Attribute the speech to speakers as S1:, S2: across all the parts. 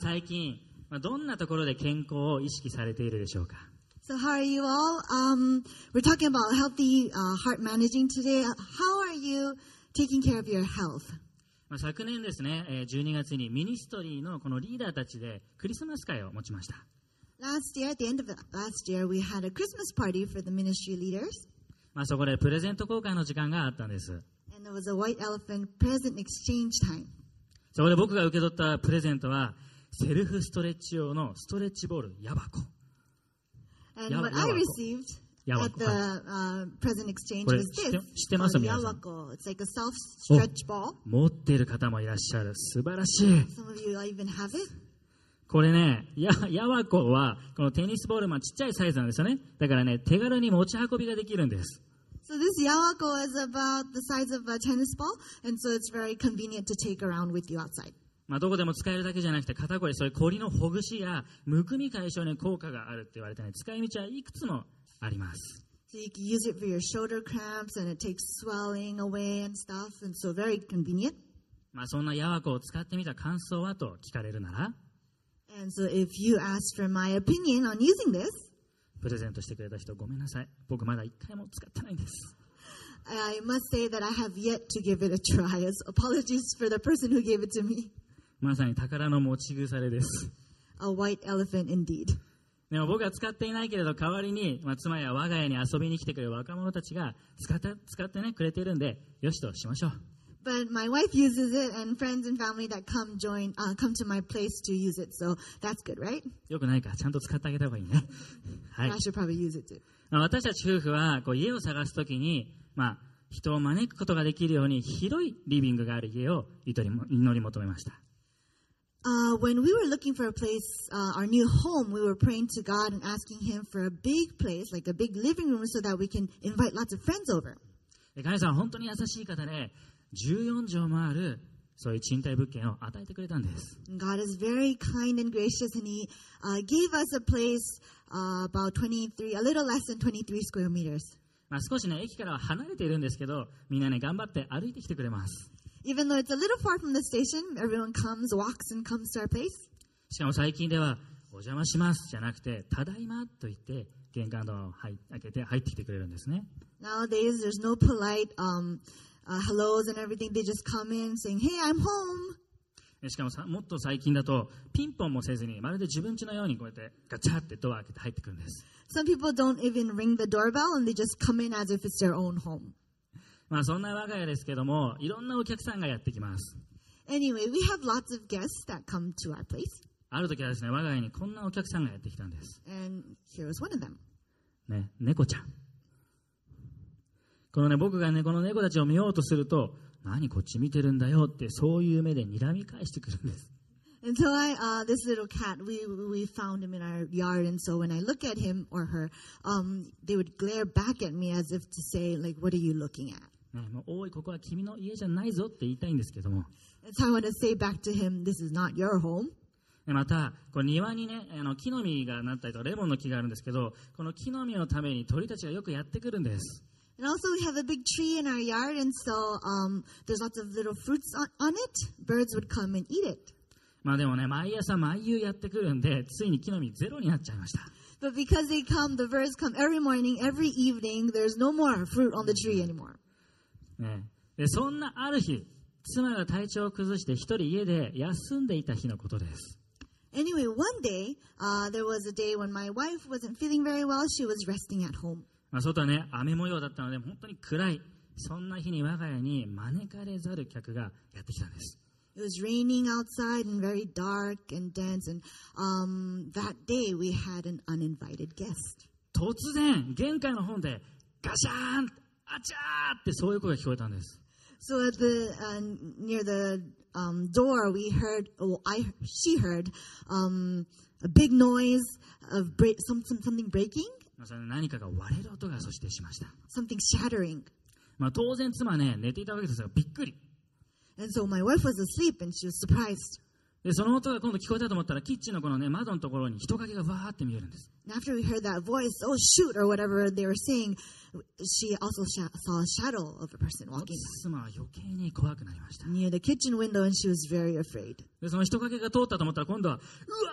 S1: 最近、まあ、どんなところで健康を意識されているでしょうか
S2: So, how are you all? Um, we're talking about healthy uh, heart managing today. How are you taking care of your health?
S1: まあ昨年ですね、えー12月にミニストリーのこのリーダーたちでクリスマス会を持ちました。
S2: Last year, at the end of last year, we had a Christmas party for the ministry leaders,
S1: まあ、そこでプレゼント交換の時間があったんです。
S2: and there was a white elephant present exchange time.
S1: そこで僕が受け取ったプレゼントは、セルフストレッチ用のストレッチボール、ヤバコ。
S2: And
S1: Yawa-
S2: what I
S1: yawako.
S2: received at
S1: Yawako,
S2: the uh, present exchange
S1: これ
S2: was
S1: 知って-
S2: this
S1: 知ってます？
S2: called
S1: 皆さん。
S2: Yawako. It's like a self stretch ball.
S1: 持っている方もいらっしゃる。素晴らしい。
S2: Some of you even have it.
S1: これね、や、ヤワコは、このテニスボール、まあちっちゃいサイズなんですよね。だからね、手軽に持ち運びができるんです。
S2: So this Yawako is about the size of a tennis ball, and so it's very convenient to take around with you outside.
S1: まあどこでも使えるだけじゃなくて、肩こり、そういう凝りのほぐしや、むくみ解消に効果があるって言われてね、使い道はいくつもあります。
S2: So you can use it for your shoulder cramps, and it takes swelling away and stuff, and so very convenient.
S1: まあそんなヤワコを使ってみた感想はと聞かれるなら、
S2: And so if you asked for my opinion on using this,
S1: プレゼントしてくれた人ごめんなさい。僕まだ一回も使ってないんです。
S2: I must say that I have yet to give it a try. As apologies for the person who gave it to me.
S1: まさに宝の持ち腐れです。
S2: A white elephant indeed.
S1: でも僕は使っていないけれど代わりに、まあ、妻や我が家に遊びに来てくれる若者たちが使って使って、ね、くれているんでよしとしましょう
S2: But my wife uses it, and friends and family that come join uh, come to my place to use it. So that's good, right?
S1: よくないからちゃんと使ってあげた方がいいね、はい
S2: I should probably use it too.
S1: まあ私たち夫婦はこう家を探すときに、まあ、人を招くことができるように広いリビングがある家を祈りも祈り求めました
S2: Uh, when we were looking for a place, uh, our new home, we were praying to God and asking Him for a big place, like a big living room, so that we can invite lots of friends over.
S1: で神様は本当に優しい方で14畳もあるそういう賃貸物件を与えてくれたんです、
S2: And God is very kind and gracious, and He uh, gave us a place uh, about 23, a little less than 23 square meters.
S1: まあ、少しね駅からは離れているんですけどみんなね頑張って歩いてきてくれます
S2: Even though it's a little far from the station, everyone comes, walks, and comes to our place.
S1: しかも最近では、お邪魔しますじゃなくて、ただいまと言って、玄関ドアを入開けて入ってきてくれるんですね。
S2: Nowadays, there's no polite um, uh, hellos and everything. They just come in saying, "Hey, I'm home."
S1: でしかもさもっと最近だと、ピンポンもせずに、まるで自分家のようにこうやってガチャってドア開けて入ってくるんです。
S2: Some people don't even ring the doorbell, and they just come in as if it's their own home.
S1: まあそんな我が家ですけども、いろんなお客さんがやってきます。
S2: Anyway, we have lots of guests that come to our place,
S1: ある時はですね、我が家にこんなお客さんがやってきたんです。
S2: and here is one of them.
S1: ね、猫ちゃん。このね、僕がね、この猫たちを見ようとすると、何こっち見てるんだよって、そういう目で睨み返してくるんです。
S2: And so I, uh, this little cat, we we found him in our yard, and so when I look at him or her, um, they would glare back at me as if to say, like, "What are you looking at?"
S1: ね、もうおい、ここは君の家じゃないぞって言いたいんですけども、
S2: And so I want to say back to him, "This is not your home."
S1: でまた、こう庭にねあの、木の実がなったりとレモンの木があるんですけど、この木の実のために鳥たちがよくやってくるんです。
S2: And also, we have a big tree in our yard, and so um, there's lots of little fruits on, on it. Birds would come and eat it.
S1: まあでもね、毎朝毎夕やってくるんで、ついに木の実ゼロになっちゃいました。
S2: But because they come, the birds come every morning, every evening. There's no more fruit on the tree anymore.
S1: ね、でそんなある日、妻が体調を崩して一人家で休んでいた日のことです。
S2: Anyway, one day uh, there was a day when my wife wasn't feeling very well. She was resting at home.
S1: まあ、外はね、雨模様だったので、本当に暗い。そんな日に我が家に招かれざる客がやってきたんです。
S2: It was raining outside and very dark and dense. And um, that day we had an uninvited guest.
S1: 突然玄関の本でガシャーンあちゃーってそういう声が聞こえたんです
S2: So at the uh, near the um, door, we heard. Well, I she heard um, a big noise of break, some, some something breaking,
S1: まあそれ何かが割れる音がそしてしました、
S2: something shattering.
S1: まあ、当然妻はね寝ていたわけですがびっくり、
S2: And so my wife was asleep and she was surprised.
S1: で、その音が今度聞こえたと思ったら、キッチンのこのね、窓のところに人影がわーって見えるんです。
S2: And after we heard that voice, oh shoot, or whatever they were saying, she also sha- saw a shadow of a person
S1: 奥
S2: walking
S1: 様は余計に怖くなりました。
S2: near the kitchen window, and she was very afraid.
S1: で、その人影が通ったと思ったら、今度は、うわ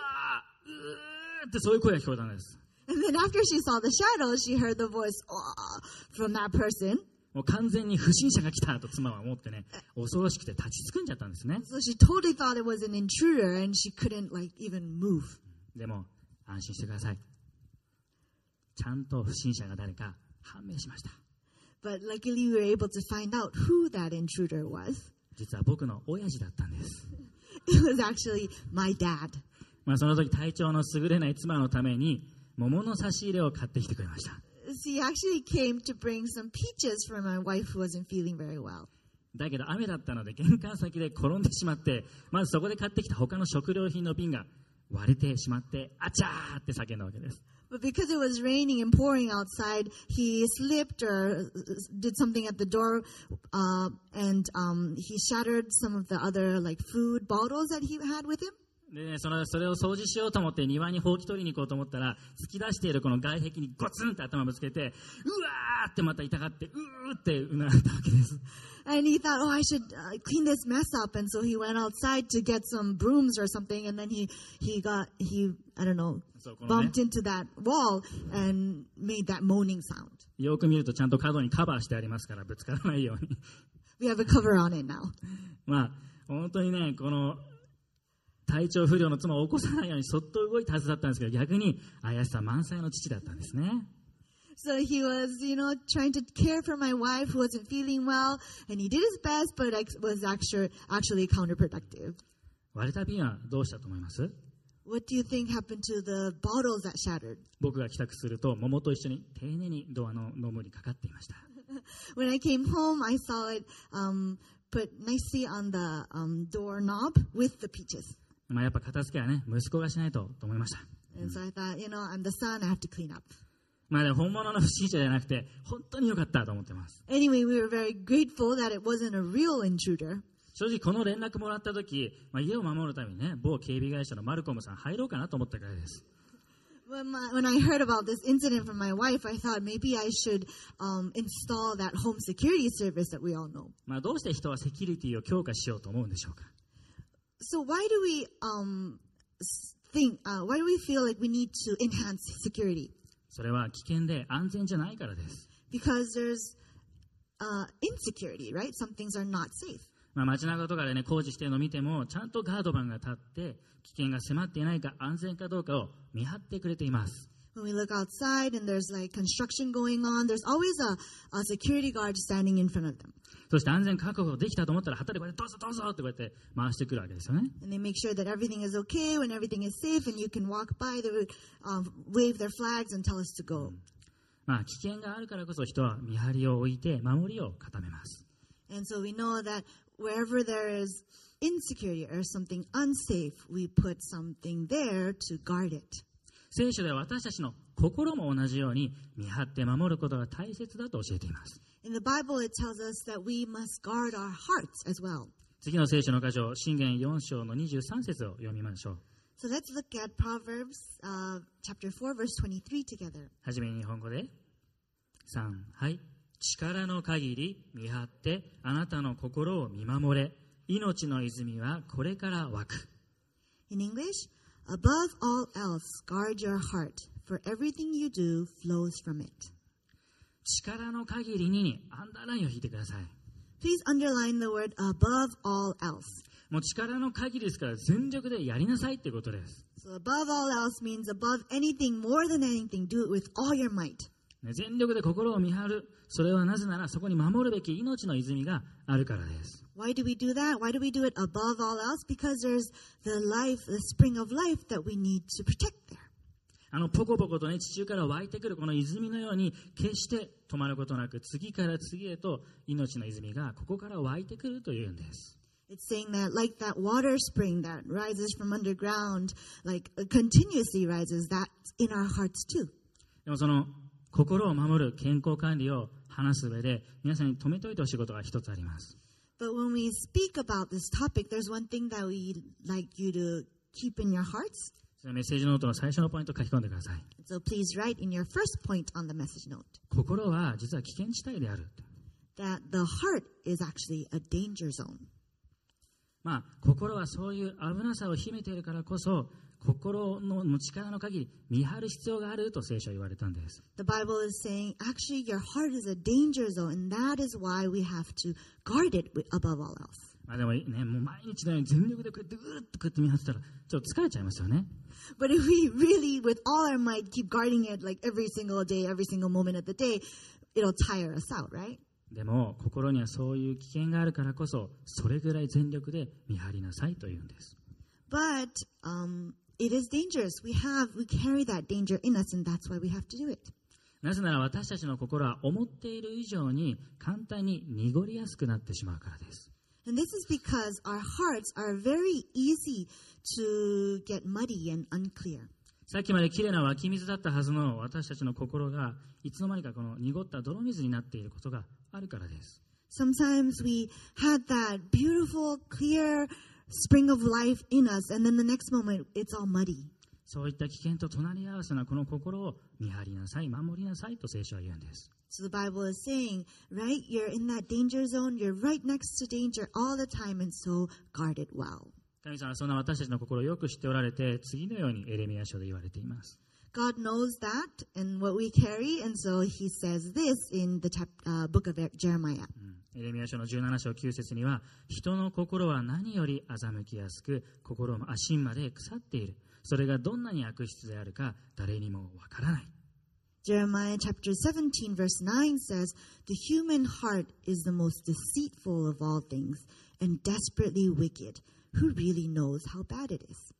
S1: ーうーってそういう声が聞こえたんです。
S2: And then after she saw the shadow, she heard the voice "Aw," from that person.
S1: もう完全に不審者が来たと妻は思ってね、恐ろしくて立ちすくんじゃったんですね。
S2: So she totally thought it was an intruder, and she couldn't like even move.
S1: でも、安心してください。ちゃんと不審者が誰か判明しました。
S2: But luckily, we were able to find out who that intruder was.
S1: 実は僕の親父だったんです。
S2: It was actually my dad.
S1: まあ、その時体調の優れない妻のために桃の差し入れを買ってきてくれました。
S2: She actually came to bring some peaches for my wife who wasn't feeling very well.
S1: だけど雨だったので玄関先で転んでしまって、まずそこで買ってきた他の食料品の瓶が割れてしまって、あちゃーって叫んだわけです。
S2: But because it was raining and pouring outside, he slipped or uh, did something at the door, uh, and um, he shattered some of the other like food bottles that he had with him.
S1: でね、そのそれを掃除しようと思って庭にほうき取りに行こうと思ったら突き出しているこの外壁にゴツンって頭ぶつけてうわーってまた痛がってうーってうなったわけです
S2: And he thought, oh, I should uh, clean this mess up. And so he went outside to get some brooms or something. And then he, he got, he, I don't know,
S1: そうこの、ね
S2: bumped、into that wall and made that moaning sound.
S1: よく見るとちゃんと角にカバーしてありますからぶつからないように
S2: We have a cover on it now.
S1: まあ本当にねこの体調不良の妻を起こさないようにそっと動いたはずだったんですけど逆に怪しさ満載の父だったんですね
S2: So he was, you know, trying to care for my wife who wasn't feeling well, and he did his best, but it was actually actually counterproductive.
S1: 割れた瓶はどうしたと思います
S2: What do you think happened to the bottles that shattered?
S1: 僕が帰宅すると桃と一緒に丁寧にドアのノブにかかっていました
S2: When I came home, I saw it um, put nicely on the um, doorknob with the peaches,
S1: まあ、やっぱ片付けはね、息子がしないとと思いました。
S2: and so I thought, you know, I'm the son, I have to clean up.
S1: まあ、でも本物の不審者じゃなくて、本当に良かったと思ってます。
S2: Anyway, we were very grateful that it wasn't a real intruder.
S1: 正直、この連絡もらった時、まあ、家を守るためにね、某警備会社のマルコムさん入ろうかなと思ったくらいです。
S2: When, my, when I heard about this incident from my wife, I thought maybe I should um, install that home security service that we all know.
S1: まあ、どうして人はセキュリティを強化しようと思うんでしょうか。
S2: So why do we um, s- think? Uh, why do we feel like we need to enhance security?
S1: それは危険で安全じゃないからです。
S2: Because there's uh, insecurity, right? Some things are not safe.
S1: まあ、街中とかでね、工事してるのを見ても、ちゃんとガードマンが立って、危険が迫っていないか安全かどうかを見張ってくれています。
S2: When we look outside and there's like construction going on, there's always a, a security guard standing in front of them,
S1: そして安全確保できたと思ったら、旗でこうやってどうぞどうぞってこうやって回してくるわけですよね。
S2: and they make sure that everything is okay. When everything is safe and you can walk by, they would um, wave their flags and tell us to go.
S1: まあ、危険があるからこそ人は見張りを置いて守りを固めます。
S2: And so we know that wherever there is insecurity or something unsafe, we put something there to guard it.
S1: 聖書では私たちの心も同じように見張って守ることが大切だと教えています。
S2: In the Bible, it tells us that we must guard our hearts as well.
S1: 次の聖書の箇所、信玄4章の23節を読みましょう。
S2: So let's look at Proverbs uh, chapter 4, verse 23 together.
S1: はじめに日本語で。3、はい。力の限り見張ってあなたの心を見守れ。命の泉はこれから湧く。
S2: In English, above all else, guard your heart, for everything you do flows from it.
S1: 力の限りにアンダーラインを引いてください。
S2: Please underline the word above all else.
S1: もう力の限りですから全力でやりなさいってことです。
S2: So above all else means above anything, more than anything, do it with all your might.
S1: ね全力で心を見張る。それはなぜならそこに守るべき命の泉があるからです。
S2: Why do we do that? Why do we do it above all else? Because there's the life, the spring of life that we need to protect there.
S1: あの、ポコポコとね、地中から湧いてくるこの泉のように、決して止まることなく、次から次へと命の泉がここから湧いてくるというんです。
S2: It's saying that, like that water spring that rises from underground, like uh, continuously rises, that's in our hearts too.
S1: でもその、心を守る健康管理を話す上で、皆さんに止めておいてほしいことが一つあります。
S2: But when we speak about this topic, there's one thing that we'd like you to keep in your hearts.
S1: そのメッセージノートの最初のポイントを書き込んでください。
S2: So please write in your first point on the message note
S1: 心は実は危険地帯である。
S2: that the heart is actually a danger zone.
S1: まあ、心はそういう危なさを秘めているからこそ、心の力の限り見張る必要があると聖書は言われたんです。
S2: The Bible is saying actually your heart is a danger zone, and that is why we have to guard it wi- above all else.
S1: まあでもね、もう毎日のように全力でこうやってぐーっとこうやって見張ってたら、ちょっと疲れちゃいますよね。
S2: But if we really, with all our might, keep guarding it like every single day, every single moment of the day, it'll tire us out, right?
S1: でも、心にはそういう危険があるからこそ、それぐらい全力で見張りなさいというんです。
S2: But um, it is dangerous. We have we carry that danger in us, and that's why we have to do it.
S1: なぜなら私たちの心は思っている以上に簡単に濁りやすくなってしまうからです。
S2: And this is because our hearts are very easy to get muddy and unclear.
S1: さっきまで綺麗な湧き水だったはずの私たちの心がいつの間にかこの濁った泥水になっていることがあるからです。
S2: Sometimes we had that beautiful, clear spring of life in us, and then the next moment it's all muddy.
S1: そういった危険と隣り合わせなこの心を見張りなさい、守りなさいと聖書は言うんです。
S2: So the Bible is saying, right? You're in that danger zone. You're right next to danger all the time, and so guard it well.
S1: 神様はそんな私たちの心をよく知っておられて、次のようにエレミア書で言われています。
S2: God knows that and what we carry, and so He says this in the chap- uh, book of Jeremiah.
S1: エレミア書の17章9節には人の心は何より欺きやすく心も足まで腐っているそれがどんなに悪質であるか誰にもわからない
S2: Jeremiah chapter 17, verse 9 says, The human heart is the most deceitful of all things and desperately wicked. Who really knows how bad it is?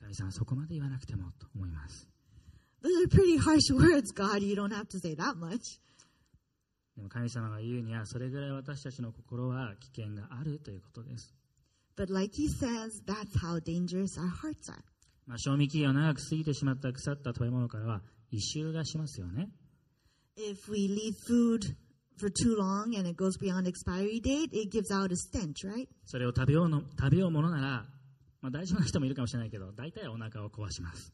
S1: 神様そこまで言わなくてもと思います
S2: Those are pretty harsh words, God. You don't have to say that much.
S1: でも神様が言うにはそれぐらい私たちの心は危険があるということです、
S2: But like He says, that's how dangerous our hearts are.
S1: まあ、賞味期限を長く過ぎてしまった腐った食べ物からは異臭がしますよね
S2: If we leave food for too long and it goes beyond expiry date, it gives out a stench, right?
S1: それを食べようの食べようものなら、まあ、大丈夫な人もいるかもしれないけど大体はお腹を壊します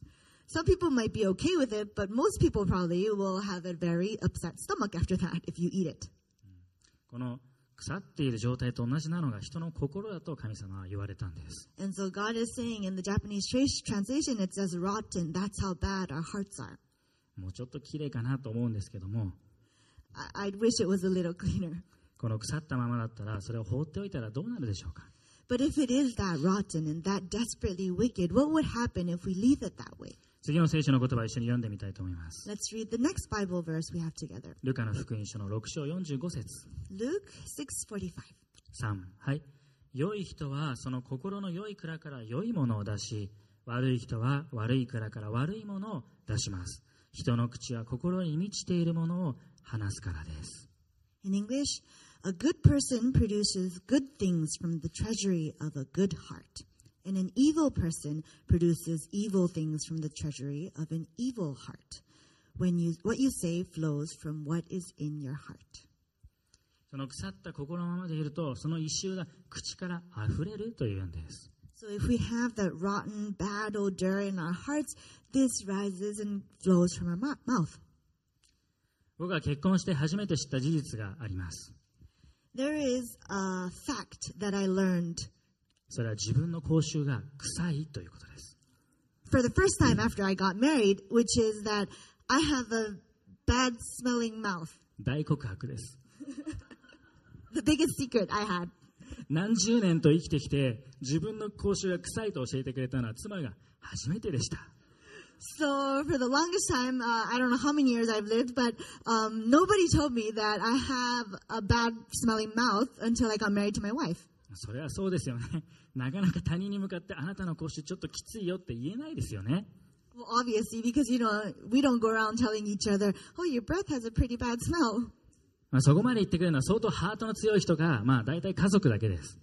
S2: Some people might be okay with it, but most people probably will have a very upset stomach after that if you eat it.
S1: この腐っている状態と同じなのが人の心だと神様は言われたんです。
S2: And so God is saying in the Japanese tra- translation, it says rotten. That's how bad our hearts are.
S1: もうちょっと綺麗かなと思うんですけども、
S2: I- I'd wish it was a little cleaner.
S1: この腐ったままだったら、それを放っておいたらどうなるでしょうか。
S2: But if it is that rotten and that desperately wicked, what would happen if we leave it that way?
S1: 次の聖書の言葉を一緒に読んでみたいと思います。
S2: Let's read the next Bible verse we have together.
S1: ルカの福音書の6章45節
S2: Luke 6:45.
S1: 3はい良い人はその心の良い蔵から良いものを出し悪い人は悪い蔵から悪いものを出します人の口は心に満ちているものを話すからです
S2: In English, a good person produces good things from the treasury of a good heart, and an evil person produces evil things from the treasury of an evil heart. When you what you say flows from what is in your heart.
S1: その腐った心のままでいると、その一臭が口から溢れるというんです。
S2: So if we have that rotten, bad odor in our hearts, this rises and flows from our mou- mouth.
S1: 僕は結婚して初めて知った事実があります。
S2: There is a fact that I learned
S1: それは自分の口臭が臭いということです。
S2: for the first time after I got married, which is that I have a bad smelling mouth.
S1: 大告白です。
S2: The biggest secret I had.
S1: 何十年と生きてきて、自分の口臭が臭いと教えてくれたのは妻が初めてでした。
S2: So for the longest time, uh, I don't know how many years I've lived, but um, nobody told me that I have a bad smelling mouth until I got married to my wife.
S1: それはそうですよね。 なかなか他人に向かってあなたの口臭ちょっときついよって言えないですよね。
S2: Well, obviously, because you know we don't go around telling each other, "Oh, your breath has a pretty bad smell."
S1: まあ、そこまで言ってくれるのは相当ハートの強い人が、まあ大体家族だけです。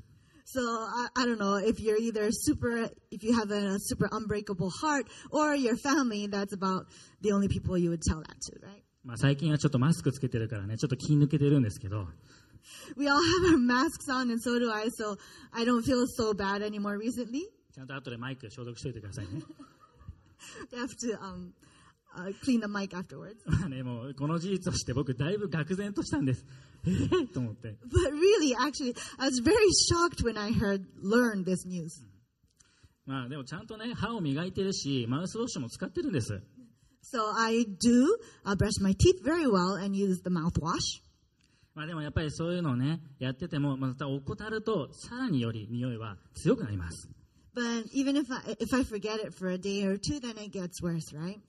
S2: So I, I don't know if you're either super, if you have a, super unbreakable heart, or your family. That's about the only people you would tell that to, right?
S1: まあ、最近はちょっとマスクつけてるからね、ちょっと気抜けてるんですけど、
S2: we all have our masks on, and so do I, so I don't feel so bad anymore recently.
S1: ちゃんと後でマイク消毒しといてくださいね。
S2: You have to um, uh, clean the mic afterwards.
S1: まあね、もうこの事実を知って僕だいぶ愕然としたんです。 えーと思って。
S2: But really, actually, I was very shocked when I heard, learned this news.
S1: まあでもちゃんとね、歯を磨いてるし、マウスウォッシュも使ってるんです。
S2: So I do uh, brush my teeth very well and use the mouthwash.
S1: まあでもやっぱりそういうのをね、やってても、また怠るとさらにより匂いは強くなります。
S2: But even if I, if I forget it for a day or two, then it gets worse, right?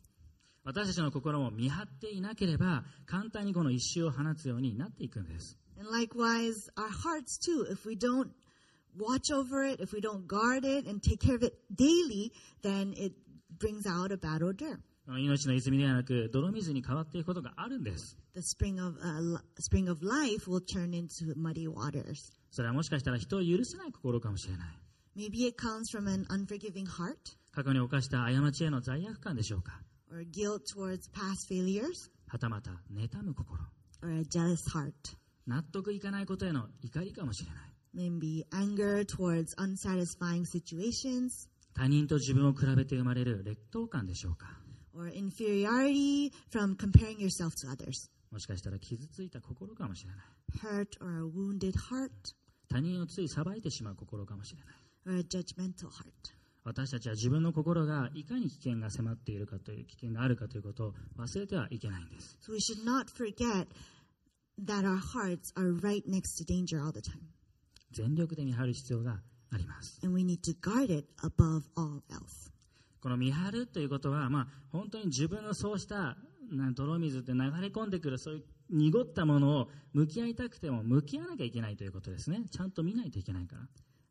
S1: 私たちの心も見張っていなければ、簡単にこの一周を放つようになっていくんです。
S2: And likewise, our hearts too. If we don't watch over it, if we don't guard it and take care of it daily, then it brings out a bad odor.
S1: あの命の泉ではなく、泥水に変わっていくことがあるんです。
S2: The spring of uh, l- spring of life will turn into muddy waters.
S1: それはもしかしたら人を許せない心かもしれない。
S2: Maybe it comes from an unforgiving heart
S1: 過去に犯した過ちへの罪悪感でしょうか。
S2: or guilt towards past failures
S1: はたまた、妬む心。
S2: or a jealous heart.
S1: 納得いかないことへの怒りかもしれない。
S2: Maybe anger towards unsatisfying situations
S1: 他人と自分を比べて生まれる劣等感でしょうか。
S2: or inferiority from comparing yourself to others.
S1: もしかしたら傷ついた心かもしれない。
S2: Hurt or a wounded heart
S1: 他人をつい裁いてしまう心かもしれない。
S2: or a judgmental heart.
S1: 私たちは自分の心がいかに危険が迫っているかという危険があるかということを忘れてはいけないんです。
S2: So we should not forget that our hearts are right next to danger all the time,
S1: 全力で見張る必要があります。
S2: and we need to guard it above all else.
S1: この見張るということは、まあ、本当に自分のそうしたな泥水って流れ込んでくるそういう濁ったものを向き合いたくても向き合わなきゃいけないということですね。ちゃんと見ないといけないから。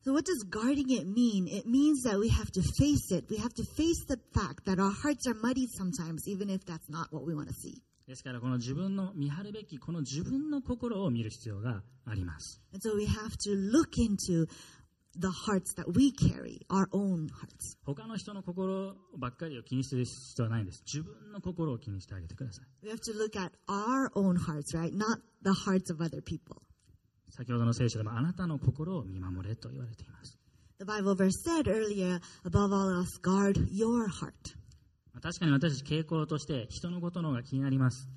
S2: So, what does guarding it mean? It means that we have to face it. We have to face the fact that our hearts are muddy sometimes, even if that's not what we want to see.
S1: ですからこの自分の見張るべきこの自分の心を見る必要があります。
S2: And so, we have to look into the hearts that we carry, our own hearts.
S1: 他の人の心ばっかりを気にする必要はないんです。自分の心を気にしてあげてください。
S2: We have to look at our own hearts, right? Not the hearts of other people.
S1: 先ほどの聖書でもあなたの心を見守れと言われています。
S2: The Bible verse said earlier, above all else, guard your heart.
S1: まあ確かに私たち傾向として人のことの方が気になります。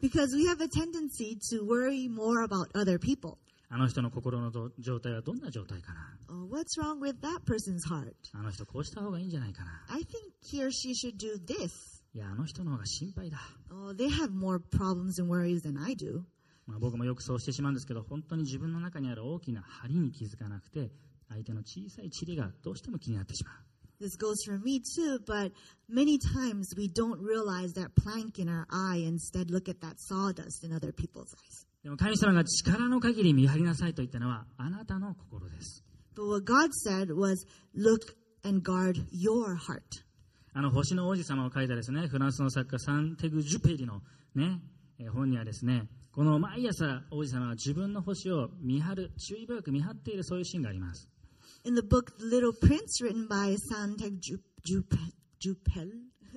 S2: Because we have a tendency to worry more about other people.
S1: あの人の心のど状態はどんな状態かな
S2: Oh, what's wrong with that person's heart?
S1: あの人こうした方がいいんじゃないかな
S2: I think he or she should do this.
S1: いや、あの人の方が心配だ。
S2: Oh, they have more problems and worries than I do.
S1: まあ、僕もよくそうしてしまうんですけど、本当に自分の中にある大きな針に気づかなくて、相手の小さい塵がどうしても気になってしまう。
S2: This goes for me too, but many times we don't realize that plank in our eye, instead, look at that sawdust in other people's eyes.
S1: でも神様が力の限り見張りなさいと言ったのはあなたの心です。
S2: But what God said was, look and guard your heart.
S1: あの星の王子様を書いたですね、フランスの作家サンテグ・ジュペリのね、えー本にはですね、この毎朝王子様が自分の星を見張る、注意深く見張っているそういうシーンがあります。
S2: In the book The Little Prince, written by Santec Jupel,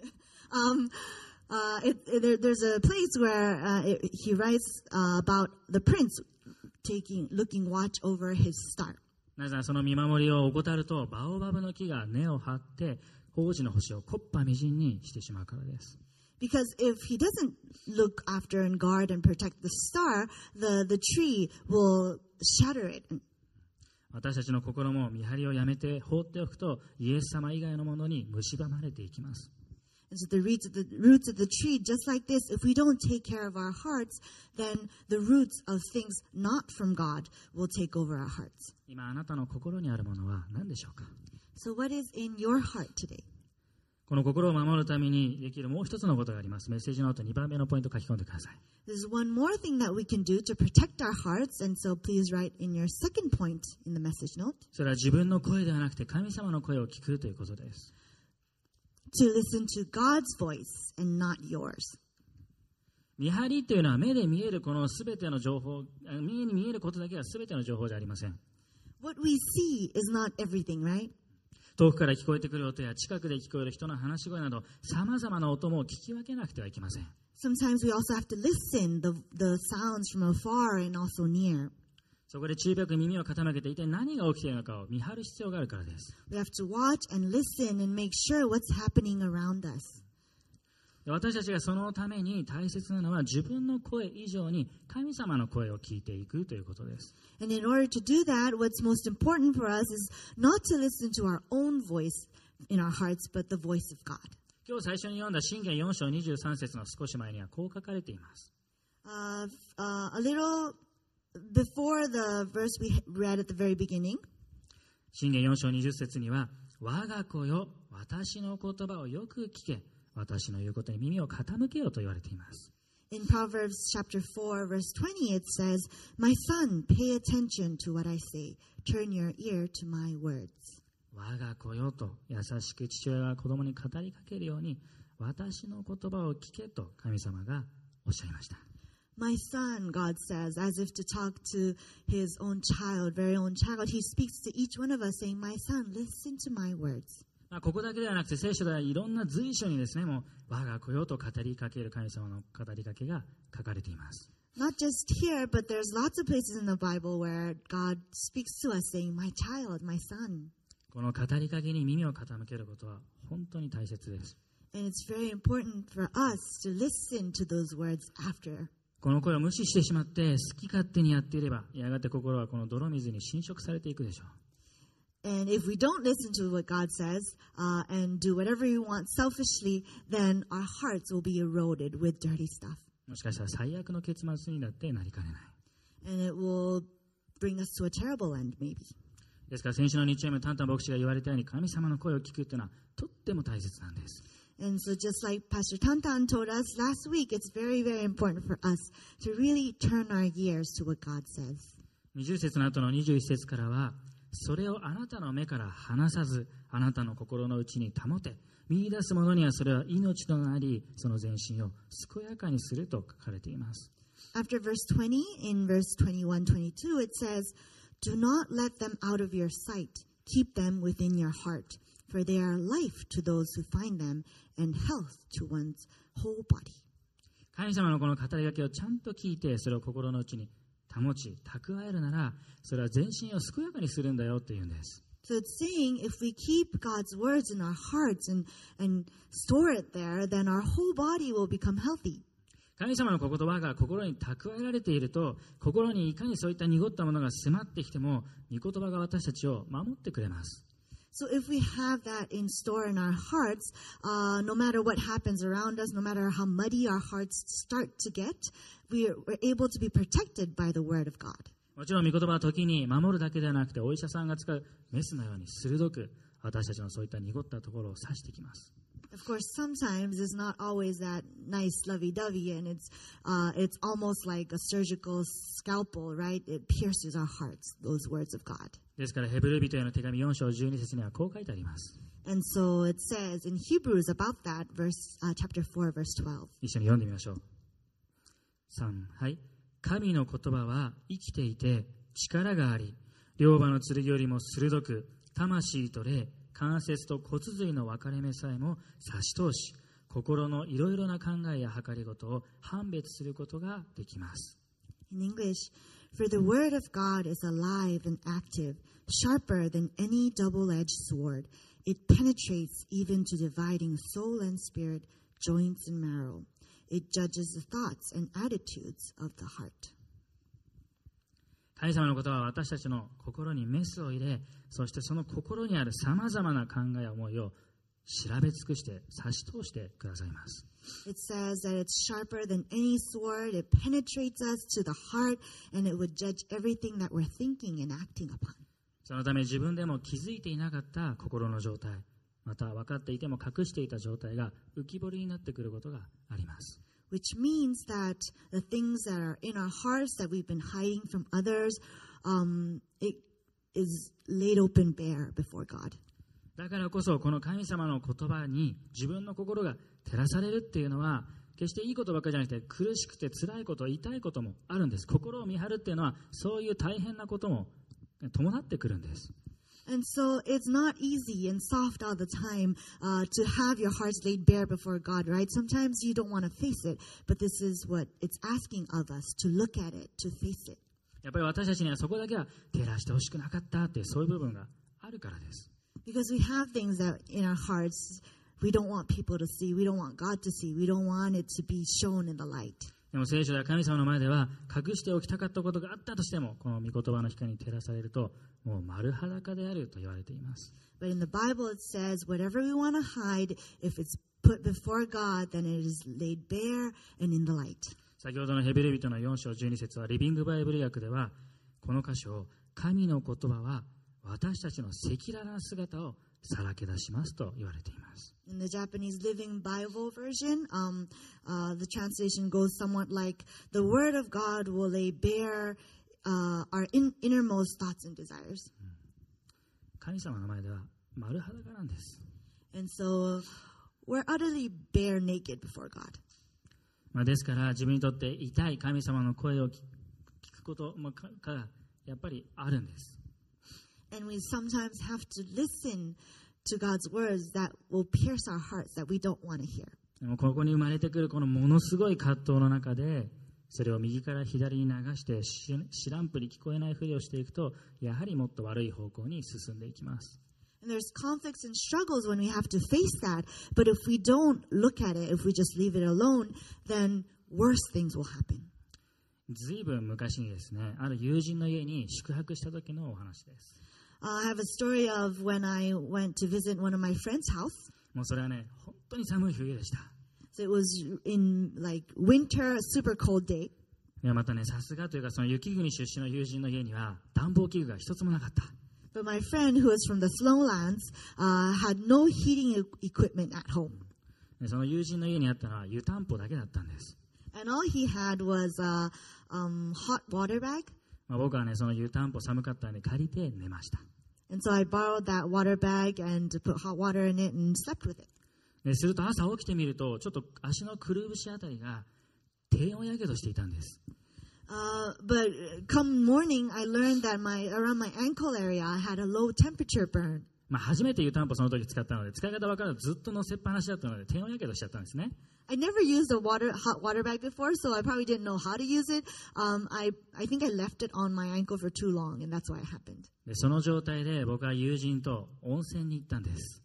S2: um, uh, it, it- there, there's a place where uh, it, he writes uh, about the prince taking, looking watch over his star.
S1: なぜならその見守りを怠ると、バオバブの木が根を張って、王子の星をコッパみじんにしてしまうからです。
S2: Because if he doesn't look after and guard and protect the star, the, the tree will shatter it.
S1: 私たちの心も見張りをやめて放っておくと、イエス様以外のものに蝕まれていきます。
S2: And so the roots, of the roots of the tree, just like this, if we don't take care of our hearts, then the roots of things not from God will take over our hearts.
S1: 今あなたの心にあるものは何でしょうか
S2: So, what is in your heart today?
S1: この心を守るためにできるもう一つのことがあります。メッセージの後2番目のポイントを書き込んでください。
S2: There's one more thing that we can do to protect our hearts, and so please write in your second point in the message note
S1: それは自分の声ではなくて神様の声を聞くということです。
S2: to listen to God's voice and not yours.
S1: 見張りというのは目で見えるこの全ての情報、あ目に見えることだけは全ての情報じゃありません。
S2: What we see is not everything, right?
S1: 遠くから聞こえてくる音や近くで聞こえる人の話し声など様々な音も聞き分けなくてはいけません。
S2: Sometimes we also have to listen the the sounds from afar and also near.
S1: そこで注意深く耳を傾けて一体何が起きているのかを見張る必要があるからです。
S2: We have to watch and listen and make sure what's happening around us.
S1: で私たちがそのために大切なのは自分の声以上に神様の声を聞いていくということです。
S2: And in order to do that, what's most important for us is not to listen to our own voice in our hearts, but the voice of God.
S1: 今日最初に読んだ信玄4章23節の少し前にはこう書かれています。
S2: Uh, uh, a little before the verse we read at the very beginning,
S1: 信玄4章20節には我が子よ私の言葉をよく聞け私の言うことに耳を傾けよと言われています
S2: in Proverbs chapter 4, verse 20, it says, My son, pay attention to what I say, turn your ear to my words.
S1: 我が子よと優しく父親が子供に語りかけるように私の言葉を聞けと神様がおっしゃいました
S2: My son, God says, as if to talk to his own child, very own child, he speaks to each one of us, saying, My son, listen to my words.
S1: まあここだけではなくて聖書ではいろんな随所にですねもう我が子よと語りかける神様の語りかけが書かれています
S2: Not just here, but there's lots of places in the Bible where God speaks to us saying, My child, my son.
S1: この語りかけに耳を傾けることは本当に大切です
S2: And it's very important for us to listen to those words after.
S1: この声を無視してしまって好き勝手にやっていればやがて心はこの泥水に侵食されていくでしょう
S2: And if we don't listen to what God says uh, and do whatever we want selfishly, then our hearts will be eroded with dirty stuff.
S1: もしかしたら最悪の結末にだってなりかねない
S2: And it will bring us to a terrible end, maybe.
S1: ですから先週の日曜日のタンタン牧師が言われたように神様の声を聞くというのはとっても大切なんです
S2: And so, just like Pastor Tantan told us last week, it's very, very important for us to really turn our ears to what God says.
S1: 20節の後の21節からはそれをあなたの目から離さずあなたの心の内に保て見出す者にはそれは命となりその全身を健やかにすると書かれています
S2: After verse 20, in verse 21 22, it says, Do not let them out of your sight. Keep them within your heart, for they are life to those who find them and health to one's whole body.
S1: 神様のこの語りかけをちゃんと聞いてそれを心の内に保ち蓄えるならそれは全身を健やかにするんだよっていうんです
S2: So it's saying if we keep God's words in our hearts and, and store it there, then our whole body will become healthy.
S1: 神様の言葉が心に蓄えられていると心にいかにそういった濁ったものが迫ってきても御言葉が私たちを守ってくれます
S2: So if we have that in store in our hearts, uh, no matter what happens around us, no matter how muddy our hearts start to get, we are, we're able to be protected by the word of God.
S1: もちろん御言葉は時に守るだけではなくてお医者さんが使うメスのように鋭く私たちのそういった濁ったところを指してきます
S2: Of course, sometimes it's not always that nice lovey-dovey, and it's uh, it's almost like a surgical scalpel, right? It pierces our hearts. Those words of God.
S1: ですからヘブル人への手紙4章12節にはこう書いてあります
S2: And so it says in Hebrews about that verse, uh, chapter four, verse twelve.
S1: 一緒に読んでみましょう。3、はい。神の言葉は生きていて力があり、両刃の剣よりも鋭く、魂と霊、関節と骨髄の分かれ目さえも差し通し、心のいろいろな考えや計りごとを判別することができます。
S2: In English, for the word of God is alive and active, sharper than any double edged sword. It penetrates even to dividing soul and spirit, joints and marrow. It judges the thoughts and attitudes of the heart.
S1: 神様の言葉は私たちの心にメスを入れ、そしてその心にある様々な考えや思いを調べ尽くして差し通してくださいます。
S2: It says that it's sharper than any sword, it penetrates us to the heart, and it would judge everything that we're thinking and acting upon.
S1: そのため自分でも気づいていなかった心の状態、また分かっていても隠していた状態が浮き彫りになってくることがあります。
S2: which means that the things that are in our hearts that we've been hiding from others, um, it is laid open bare before God.
S1: だからこそこの神様の言葉に自分の心が照らされるっていうのは決していいことばっかりじゃなくて苦しくて辛いこと痛いこともあるんです心を見張るっていうのはそういう大変なことも伴ってくるんです
S2: And so it's not easy and soft all the time uh, to have your hearts laid bare before God, right? Sometimes you don't want to face it, but this is what it's asking of us to look at it, to face it.
S1: やっぱり私たちにはそこだけは照らしてほしくなかったってそういう部分があるからです。
S2: Because we have things that in our hearts we don't want people to see, we don't want God to see, we don't want it to be shown in the light.
S1: でも聖書では神様の前では隠しておきたかったことがあったとしてもこの御言葉の光に照らされるともう丸裸であると言われています。
S2: But in the Bible it says whatever we want to hide, if it's put before God, then it is laid bare and in the light.
S1: 先ほどのヘブル人の4章12節はリビングバイブル訳ではこの箇所を神の言葉は私たちの赤裸々な姿をさらけ出しますと言われています。
S2: In the Japanese Living Bible version, um, uh, the translation goes somewhat like The Word of God will lay bare uh, our in- innermost thoughts and desires.
S1: 神様の前では丸裸なんです。
S2: And so we're utterly bare naked before God.
S1: まあ、ですから自分にとって痛い神様の声を聞聞くこともかがやっぱりあるんです。
S2: And we sometimes have to listen to God's words that will pierce our hearts that we don't want to hear.
S1: でもここに生まれてくるこのものすごい葛藤の中でそれを右から左に流してし知らんぷり聞こえないふりをしていくとやはりもっと悪い方向に進んでいきます。
S2: And there's conflicts and struggles when we have to face that. But if we don't look at it, if we just leave it alone, then worse things will happen.
S1: ずいぶん昔にですねある友人の家に宿泊した時のお話です。
S2: Uh, I have a story of when I went to visit one of my friend's house.
S1: もうそれはね本当に寒い冬でした。
S2: So it was in like winter, a super cold day.
S1: いやまたねさすがというかその雪国出身の友人の家には暖房器具が一つもなかった。
S2: But my friend, who is from the lowlands, uh, had no heating e- equipment at home.
S1: でその友人の家にあったのは湯たんぽだけだったんです。
S2: And all he had was a um, hot water bag.
S1: まあ、僕はね、その湯たんぽ寒かったんで借りて寝ました。
S2: And so I borrowed that water bag and put hot water in it and slept with it.
S1: ですると朝起きてみると、ちょっと足のくるぶしあたりが低温やけどしていたんです。
S2: Uh, but come morning, I learned that my around my ankle area I had a low temperature burn.
S1: まあ、初めて湯たんぽその時使ったので、使い方分からずずっと乗せっぱなしだったので、低温やけどしちゃったんですね。
S2: I never used a water hot water bag before, so I probably didn't know how to use it. Um, I I think I left it on my ankle for too long, and that's why it happened.
S1: で、その状態で僕は友人と温泉に行ったんです。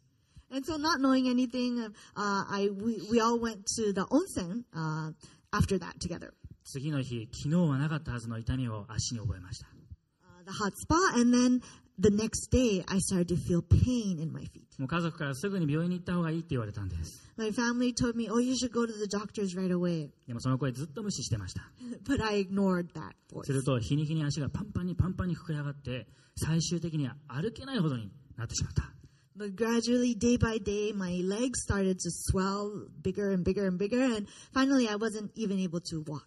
S2: And so, not knowing anything, uh, I we, we all went to the onsen uh, after that together,
S1: 次の日、昨日はなかったはずの痛みを足に覚えました。
S2: uh, the hot spa, and then the next day I started to feel pain in my feet.
S1: もう家族からすぐに病院に行った方がいいって言われたんです。
S2: My family told me, "Oh, you should go to the doctors right away,"
S1: でもその声ずっと無視してました。
S2: but I ignored that voice.
S1: すると日に日に足がパンパンにパンパンに膨れ上がって最終的には歩けないほどになってしまった
S2: But gradually, day by day, my legs started to swell bigger and bigger and bigger, and finally, I wasn't even able to walk.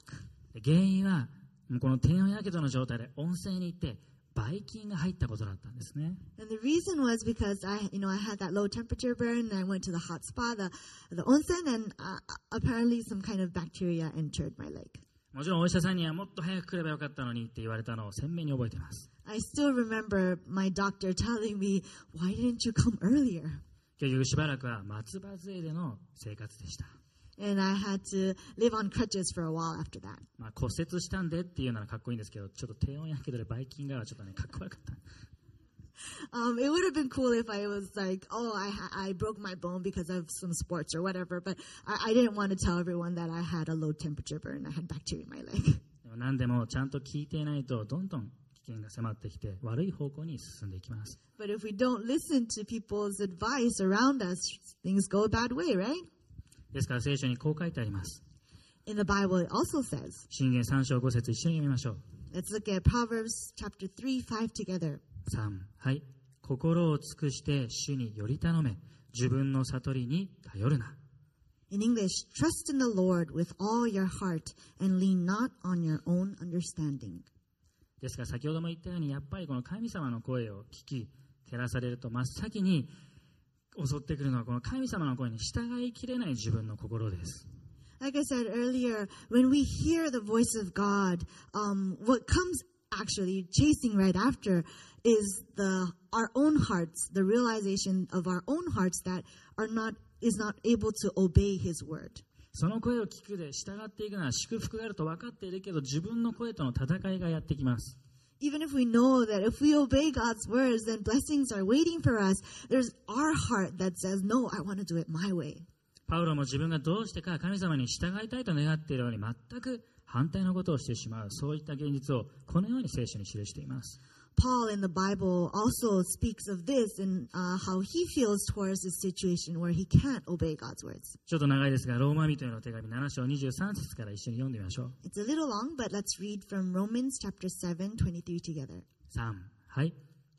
S1: で原因はもうこの低温やけどの状態で温泉に行ってばい菌が入ったことだったんですね
S2: And the reason was because I, you know, I had that low temperature burn, and I went to the hot spa, the the onsen, and uh, apparently, some kind of bacteria entered my leg.
S1: もちろんお医者さんにはもっと早く来ればよかったのにって言われたのを鮮明に覚えてます
S2: I still remember my doctor telling me, "Why didn't you come earlier?"
S1: 結局しばらくは松葉杖での生活でした、
S2: And I had to live on crutches for a while after that.
S1: まあ、骨折したんでっていうならかっこいいんですけどちょっと低温やけどでばい菌がはちょっとねかっこよかった
S2: Um, it would have been cool if I was like, oh, I ha- I broke my bone because of some sports or whatever, but I, I didn't want to tell everyone that I had a low temperature burn. I had bacteria in my leg.
S1: でも何でもちゃんと聞いていないとどんどん危険が迫ってきて悪い方向に進んでいきます
S2: But if we don't listen to people's advice around us, things go a bad way, right?
S1: ですから聖書にこう書いてあります。
S2: In the Bible, it also says,
S1: 信玄3章5節一緒に読みましょう。
S2: let's look at Proverbs chapter 3, 5 together.
S1: 3、はい。心を尽くして主により頼め、自分の悟りに頼るな。
S2: In English, trust in the Lord with all your heart and lean not on your own understanding.
S1: ですから先ほども言ったように、やっぱりこの神様の声を聞き、照らされると真っ先に襲ってくるのはこの神様の声に従いきれない自分の心です。
S2: Like I said earlier, when we hear the voice of God, um, what comes actually chasing right after is the our own hearts, the realization of our own hearts that are not is not able to obey His word.
S1: その声を聞くで従っていくのは祝福があると分かっているけど自分の声との戦いがやってきます
S2: Even if we know that if we obey God's words, then blessings are waiting for us, there's our heart that says, No, I want to do it my way.
S1: パウロも自分がどうしてか神様に従いたいと願っているように全く反対のことをしてしまうそういった現実をこのように聖書に記しています
S2: Paul in the Bible also speaks of this and uh, how he feels towards this situation where he can't obey God's words.
S1: ちょっと長いですがローマ人への手紙7章23節から一緒に読んでみましょう
S2: It's a little long, but let's read from Romans chapter 7, 23 together.
S1: 3はい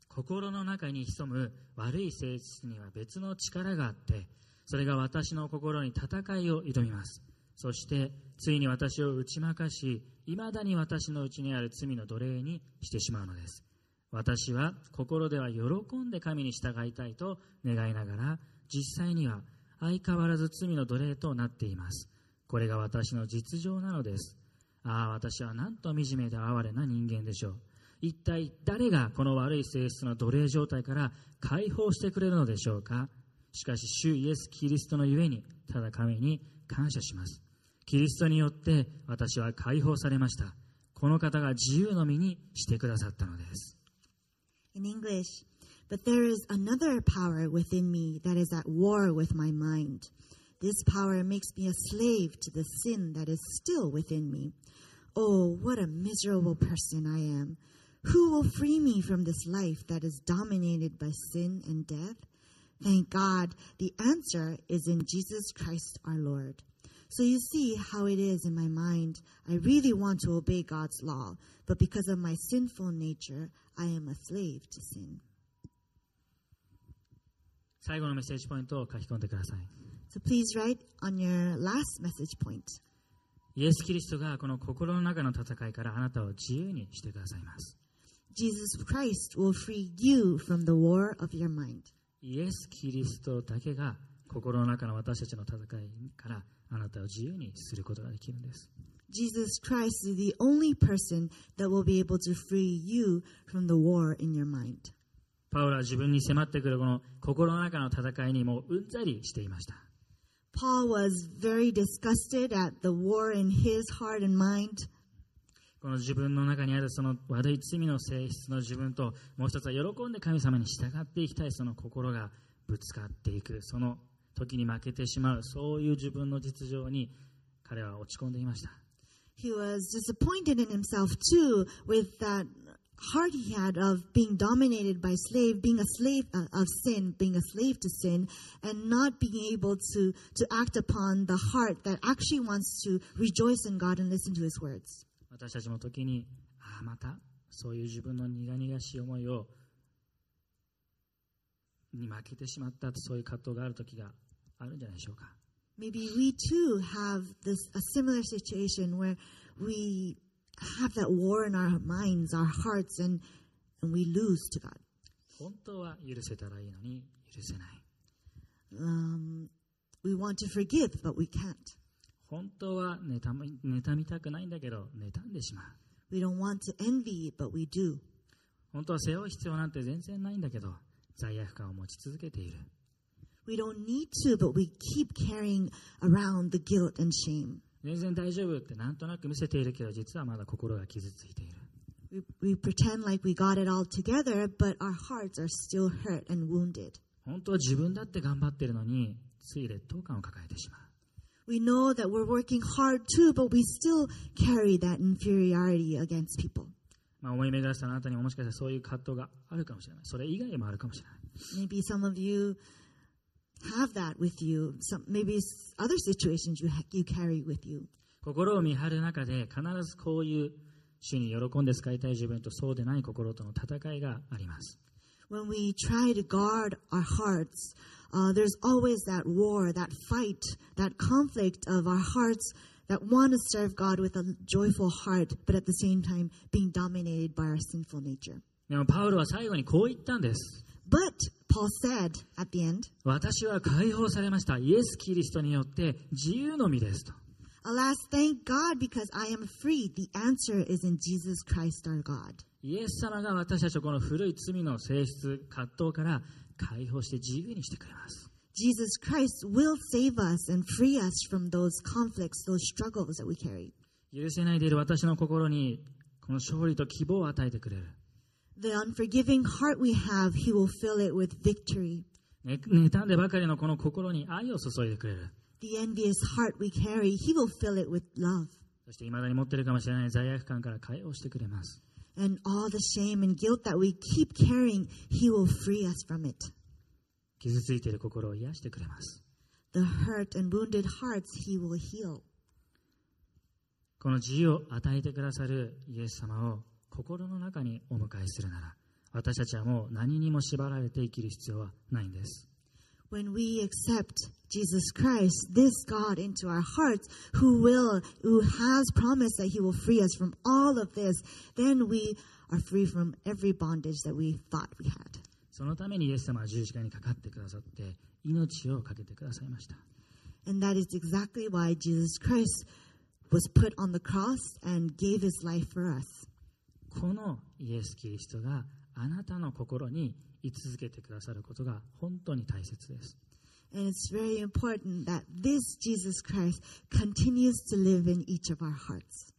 S1: 心の中に潜む悪い性質には別の力があってそれが私の心に戦いを挑みますそしてついに私を打ち負かしいまだに私のうちにある罪の奴隷にしてしまうのです私は心では喜んで神に従いたいと願いながら実際には相変わらず罪の奴隷となっていますこれが私の実情なのですああ私はなんと惨めで哀れな人間でしょう一体誰がこの悪い性質の奴隷状態から解放してくれるのでしょうかしかし主イエス・キリストのゆえにただ神に感謝しますキリストによって私は解放されましたこの方が自由の身にしてくださったのです
S2: In English, but there is another power within me that is at war with my mind. This power makes me a slave to the sin that is still within me. Oh, what a miserable person I am! Who will free me from this life that is dominated by sin and death? Thank God, the answer is in Jesus Christ our Lord. So you see how it is in my mind. I really want to obey God's law, but because of my sinful nature, I am a slave to sin.
S1: 最後のメッセージポイントを書き込んでください
S2: So please write on your last message point.
S1: イエス・キリストがこの心の中の戦いからあなたを自由にしてくださいます
S2: Jesus Christ will free you from the war of your mind.
S1: イエス・キリストだけが心の中の私たちの戦いからあなたを自由にすることができるんです
S2: Jesus Christ is the only person that will be able to free you from the war in your mind.
S1: パウロは自分に迫ってくるこの心の中の戦いにもううんざりしていました
S2: Paul was very disgusted at the war in his heart and mind.
S1: この自分の中にあるその悪い罪の性質の自分ともう一つは喜んで神様に従っていきたいその心がぶつかっていくその時に負けてしまうそういう自分の実情に彼は落ち込んでいました
S2: He was disappointed in himself too with that heart he had of being dominated by slave, being a slave uh, of sin, being a slave to sin, and not being able to, to act upon the heart that actually wants to rejoice in God and listen to his words.
S1: 私たちも時にああまたそういう自分の苦々しい思いをに負けてしまったとそういう葛藤がある時があるんじゃないでしょうか
S2: Maybe we too have this a similar situation where we have that war in our minds, our hearts, and, and we lose to God.
S1: 本当は許せたらいいのに許せない
S2: Um, we want to forgive, but we can't.
S1: 本当は妬み妬みたくないんだけど妬んでしまう
S2: We don't want to envy, but we do.
S1: 本当は背負う必要なんて全然ないんだけど罪悪感を持ち続けている
S2: We don't need to, but we keep carrying around the guilt and shame.
S1: 全然大丈夫ってなんとなく見せているけど実はまだ心が傷ついている
S2: We, we pretend like we got it all together, but our hearts are still hurt and wounded.
S1: 本当は自分だって頑張ってるのについ劣等感を抱えてしまう
S2: We know that we're working hard too, but we still carry that inferiority against people.
S1: まあ、思い巡らしたあなたにももしかしたらそういう葛藤があるかもしれない。それ以外もあるかもしれない。
S2: Maybe some of you have that with you. Some, maybe s- other situations you, ha- you carry with you.
S1: 心を見張る中で必ずこういう主に喜んで使いたい自分とそうでない心との戦いがあります。
S2: when we try to guard our hearts, uh, there's always that war, that fight, that conflict of our hearts that want to serve God with a joyful heart, but at the same time being dominated by our sinful nature.
S1: でもパウロは最後にこう言ったんです。
S2: But Paul said at the end,
S1: 私は解放されました。イエス・キリストによって自由の身ですと。
S2: Alas, thank God because I am free. The answer is in Jesus Christ our God.
S1: イエス様が私たちをこの古い罪の性質、葛藤から解放して自由にしてくれます。
S2: Jesus Christ will save us and free us from those conflicts, those struggles that we carry.
S1: 許せないでいる私の心にこの勝利と希望を与えてくれる
S2: The unforgiving heart we have, He will fill it with victory.
S1: ね妬んでばかりのこの心に愛を注いでくれる
S2: The envious heart we carry, He will fill it with love.
S1: そして未だに持っているかもしれない罪悪感から解放してくれます
S2: And all the shame and guilt that we keep carrying, He will free us from it.
S1: 傷ついている心を癒してくれます
S2: The hurt and wounded hearts, He will heal.
S1: この自由を与えてくださるイエス様を心の中にお迎えするなら私たちはもう何にも縛られて生きる必要はないんです
S2: When we accept Jesus Christ, this God, into our hearts, who will, who has promised that He will free us from all of this, then we are free from every bondage that we thought we had.
S1: そのためにイエス様は十字架にかかってくださって命を懸けてくださいました
S2: And that is exactly why Jesus Christ was put on the cross and gave His life for us.
S1: このイエス・キリストがあなたの心に居続けてくださることが本当に大切です
S2: And it's very important that this Jesus Christ continues to live in each of our hearts.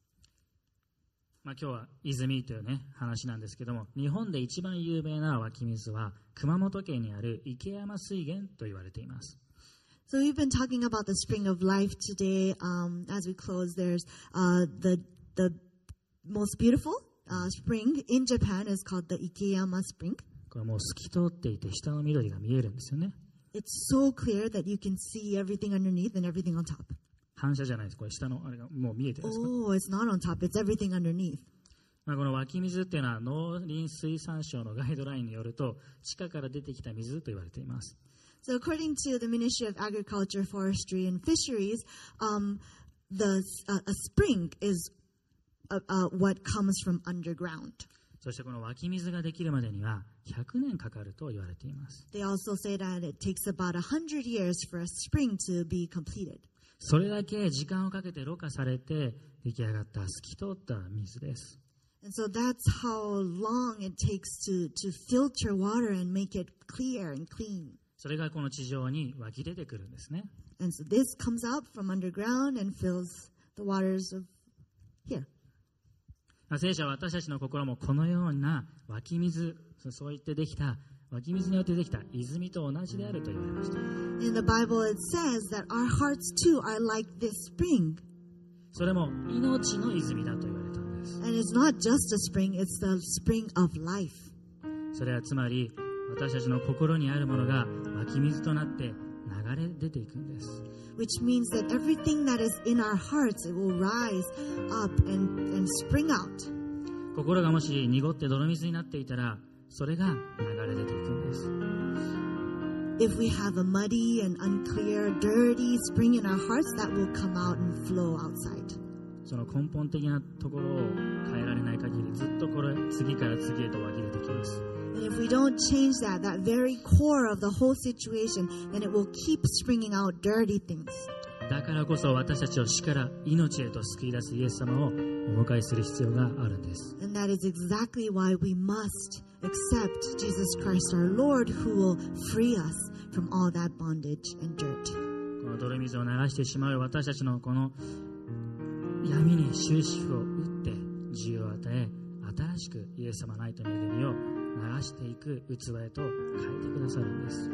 S1: まあ、今日は泉というね話なんですけども日本で一番有名な湧き水は熊本県にある池山水源と言われています
S2: So we've been talking about the spring of life today. Um, as we close, there's uh, the the most beautiful uh, spring in Japan is called the Ikeyama Spring.
S1: これもう透き通っていて下の緑が見えるんですよね
S2: It's so clear that you can see everything underneath and everything on top.
S1: 反射じゃないですこれ下のあれがもう見えてるんですか、
S2: Oh, it's not on top; it's everything underneath.
S1: まあ、この湧き水っていうのは農林水産省のガイドラインによると地下から出てきた水と言われています
S2: So, according to the Ministry of Agriculture, Forestry, and Fisheries, um, the uh, a spring is uh, uh, what comes from underground.
S1: そしてこの湧き水ができるまでには100年かかると言われています。
S2: They also say that it takes about a hundred years for a spring to be completed.
S1: それだけ時間をかけてろ過されて出来上がった透き通った水です。
S2: And so that's how long it takes to, to filter water and make it clear and clean.
S1: それがこの地上に湧き出てくるんですね。
S2: And so this comes up from underground and fills the waters of here.
S1: まあ聖書は私たちの心もこのような湧き水、そそう言ってできた湧き水によってできた泉と同じであると言われました。
S2: In the Bible, it says that our hearts too are like this spring.
S1: それも命の泉だと言われたんです。
S2: And it's not just a spring, it's the spring of life.
S1: それはつまり私たちの心にあるものが湧き水となって流れ出ていくんです。
S2: which means that everything that is in our hearts it will rise up and, and spring out
S1: 心がもし濁って泥水になっていたらそれが流れ出ていくんです
S2: if we have a muddy and unclear dirty spring in our hearts that will come out and flow outside
S1: その根本的なところを変えられない限りずっとこれ次から次へと湧き出てきます
S2: and if we don't change that that very core of the whole situation then it will keep springing out dirty things
S1: だからこそ私たちを死から命へと救い出すイエス様をお迎えする必要があるんです
S2: and that is exactly why we must accept jesus christ our lord who will free us from all that bondage and dirt
S1: この泥水を流してしまう私たちのこの闇に終止符を打って自由を与え新しくイエス様の愛と恵みを流していく器へと変えてくださるんです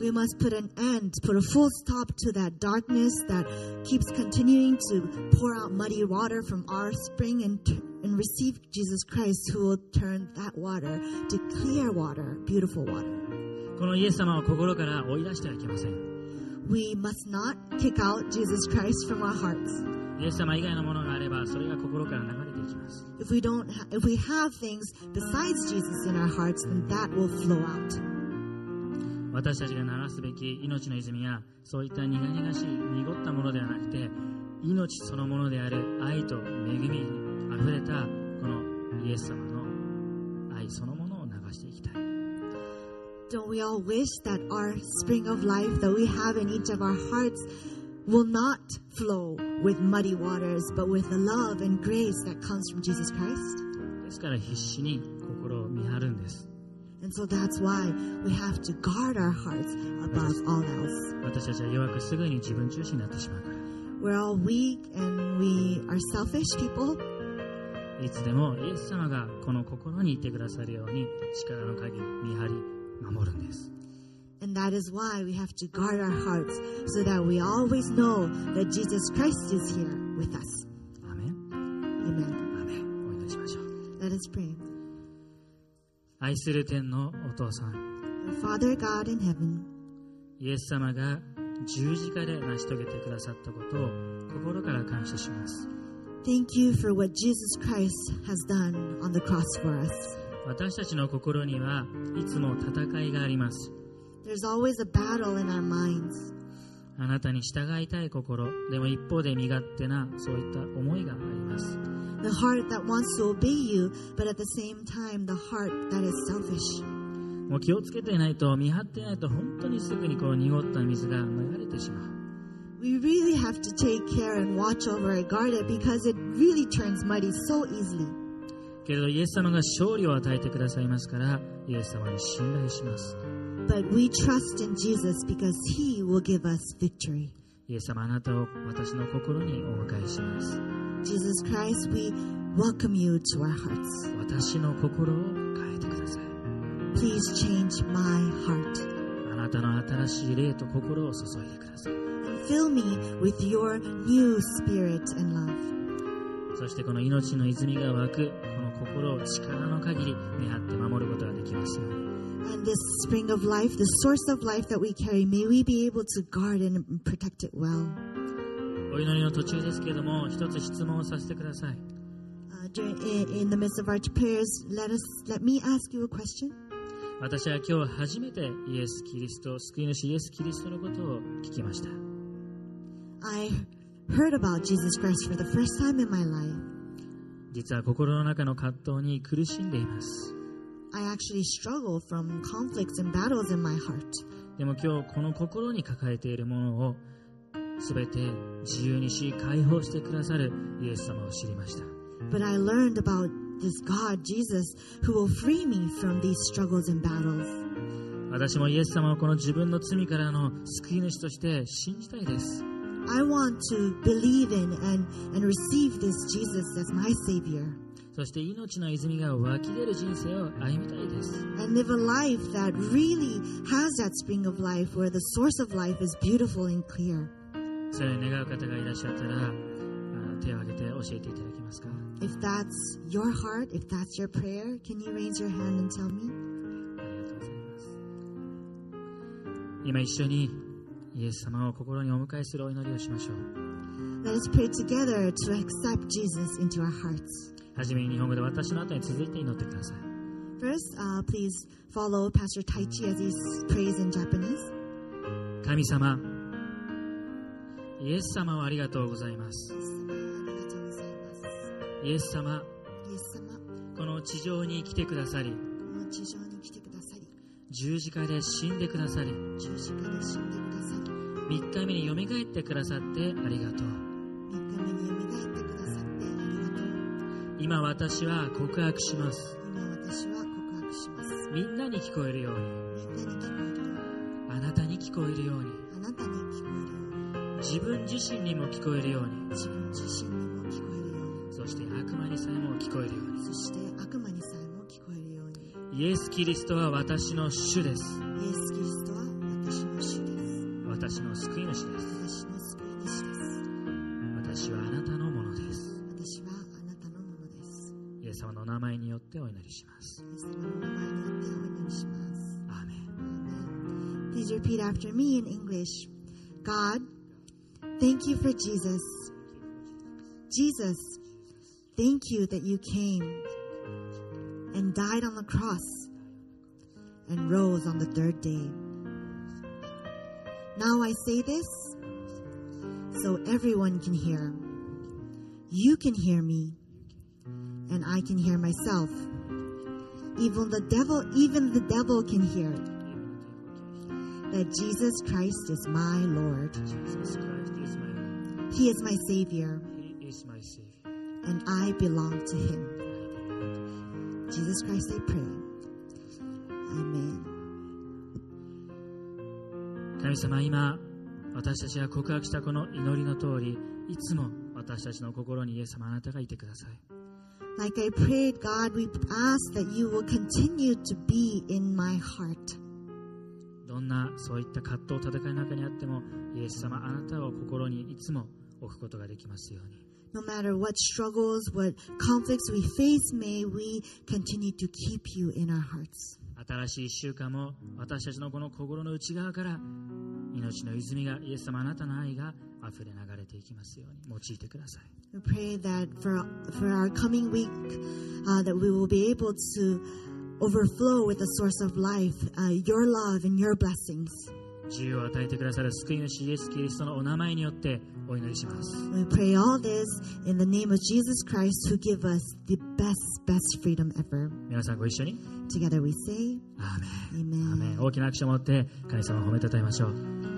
S2: We must put an end, put a full stop to that darkness that keeps continuing to pour out muddy water from our spring and, t- and receive Jesus Christ who will turn that water to clear water, beautiful water.
S1: このイエス様を心から追い出してはいけません。
S2: We must not kick out Jesus Christ from our hearts.
S1: イエス様以外のものがあれば、それが心から流れていきます。
S2: If we don't, ha- if we have things besides Jesus in our hearts, then that will flow out.
S1: 私たちが鳴らすべき命の泉や、そういった苦々しい濁ったものではなくて、命そのものである愛と恵みにあふれた、このイエス様の愛そのものを流していきたい。
S2: Don't we all wish that our spring of life that we have in each of our hearts will not flow with muddy waters, but with the love and grace that comes from Jesus Christ?
S1: ですから必死に心を見張るんです。
S2: And so that's why we have to guard our hearts above all else.
S1: 私たちは弱くすぐに自分中心になってしまうか
S2: We're all weak and we are selfish people.
S1: らいつでもイエス様がこの心にいてくださるように力の限り見張り守るんです
S2: And that is why we have to guard our hearts so that we always know that Jesus Christ is here with us.
S1: アーメン
S2: Amen.
S1: アーメンお祈りしましょう
S2: Let us pray.
S1: 愛する天のお父さん
S2: Our Father God in heaven,
S1: イエス様が十字架で成し遂げてくださったことを心から感謝します
S2: thank you for what Jesus Christ has done on the cross for us.
S1: 私たちの心にはいつも戦いがあります
S2: There's always a battle in our minds.
S1: あなたに従いたい心でも一方で身勝手なそういった思いがあります
S2: The heart that wants to obey you, but at the same time, the heart that is selfish.
S1: もう気をつけていないと見張っていないと本当にすぐにこう濁った水が流れてしまう
S2: We really have to take care and watch over and guard it because it really turns muddy so easily.
S1: けれどイエス様が勝利を与えてくださいますからイエス様に信頼します
S2: But we trust in Jesus because He will give us victory.
S1: イエス様あなたを私の心にお迎えします
S2: Jesus Christ, we welcome you to our hearts.
S1: 私の心を変えてください
S2: Please change my heart
S1: あなたの新しい霊と心を注いでください
S2: and fill me with your new spirit and love.
S1: そしてこの命の泉が湧くこの心を力の限り見張って守ることができますように
S2: And this spring of life, the source of life that we carry, may we be able to guard and protect it well.
S1: お祈りの途中ですけれども一つ質問をさせてください
S2: Uh, during, in, in the midst of our prayers, let us let me ask you a question.
S1: 私は今日初めてイエス・キリスト救い主イエス・キリストのことを聞きました
S2: I heard about Jesus Christ for the first time in my life.
S1: 実は心の中の葛藤に苦しんでいます
S2: I actually struggle from conflicts and battles in my heart.
S1: でも今日この心に抱えているものを全て自由にし解放してくださるイエス様を知りました
S2: But I learned about this God, Jesus, who will free me from these struggles and battles.
S1: 私もイエス様をこの自分の罪からの救い主として信じたいです
S2: I want to believe in and, and receive this Jesus as my Savior
S1: そして命の泉が湧き出る人生を歩みたいです
S2: and live a life that really has that spring of life where the source of life is beautiful and clear.
S1: それを願う方がいらっしゃったらあの手を挙げて教えていただけますか
S2: If that's your heart, if that's your prayer, can you raise your hand and tell me?
S1: ありがとうございます今一緒にイエス様を心にお迎えするお祈りをしましょう
S2: Let us pray together to accept Jesus into our hearts.
S1: はじめに日本語で私の後に続いて祈ってください
S2: First, uh, please follow Pastor Taichi as he s- prays in Japanese.
S1: 神様イエス様をありがとうございますイエス様
S2: イエス様、
S1: この地上に来てくださり
S2: この地上に来てくださり、
S1: 十字架で死んでくださり
S2: 十字架で死んでくださり、
S1: 3日目によみがえってくださってありがとう
S2: 三日目によみがえってくださってありがとう。
S1: 今私は告白します
S2: 今私は告白します。
S1: みんなに聞こえるように
S2: みんなに聞こえるよ
S1: あなたに聞こえるように
S2: うに、あなたに聞こえるように、
S1: 自分自身にも聞こえるように
S2: 自分自身にも聞こえるよう
S1: そして悪魔にさえも聞こえるよう
S2: に、そして悪魔にさえも聞こえるように。
S1: にイエス・キリストは私の主です
S2: イエス・キリストは私の主です。
S1: 私の救い主です
S2: 私の救い主です。
S1: 私はあなたのものです
S2: 私はあなたのものです。
S1: イエス様のお名前によってお祈りします
S2: イエス様の名前によってお祈りします。
S1: アーメン
S2: Amen. Please repeat after me in English. God, thank you for Jesus. Jesus, thank you that you came and died on the cross and rose on the third day. Now I say this so everyone can hear. You can hear me, and I can hear myself. Even the devil, even the devil can hear it that Jesus Christ is my Lord.
S1: Jesus Christ is my Lord.
S2: He is my Savior,
S1: He is my Savior.
S2: and I belong to Him. Jesus Christ, I pray. Amen.
S1: 神様今私たちが告白したこの祈りの通りいつも私たちの心にイエス様あなたがいてください
S2: Like I prayed, God, we ask that you will continue to be in my heart.
S1: どんなそういった葛藤戦いの中にあってもイエス様あなたを心にいつも置くことができますように
S2: No matter what struggles, what conflicts we face, may we continue to keep you in our hearts.
S1: 新しい1週間も私たちのこの心の内側から命の泉がイエス様あなたの愛が溢れ流れていきますように用いてください
S2: We pray that for, for our coming week, uh, that we will be able to overflow with the source of life, uh, your love and your blessings.
S1: 自由を与えてくださる救い主イエス・キリストのお名前によってお祈りします
S2: We pray all this in the name of Jesus Christ, who give us the best, best freedom ever.
S1: 皆さんご一緒に
S2: Together we say,
S1: アーメン
S2: Amen.
S1: アーメン大きな拍手を持って神様を褒めたたえましょう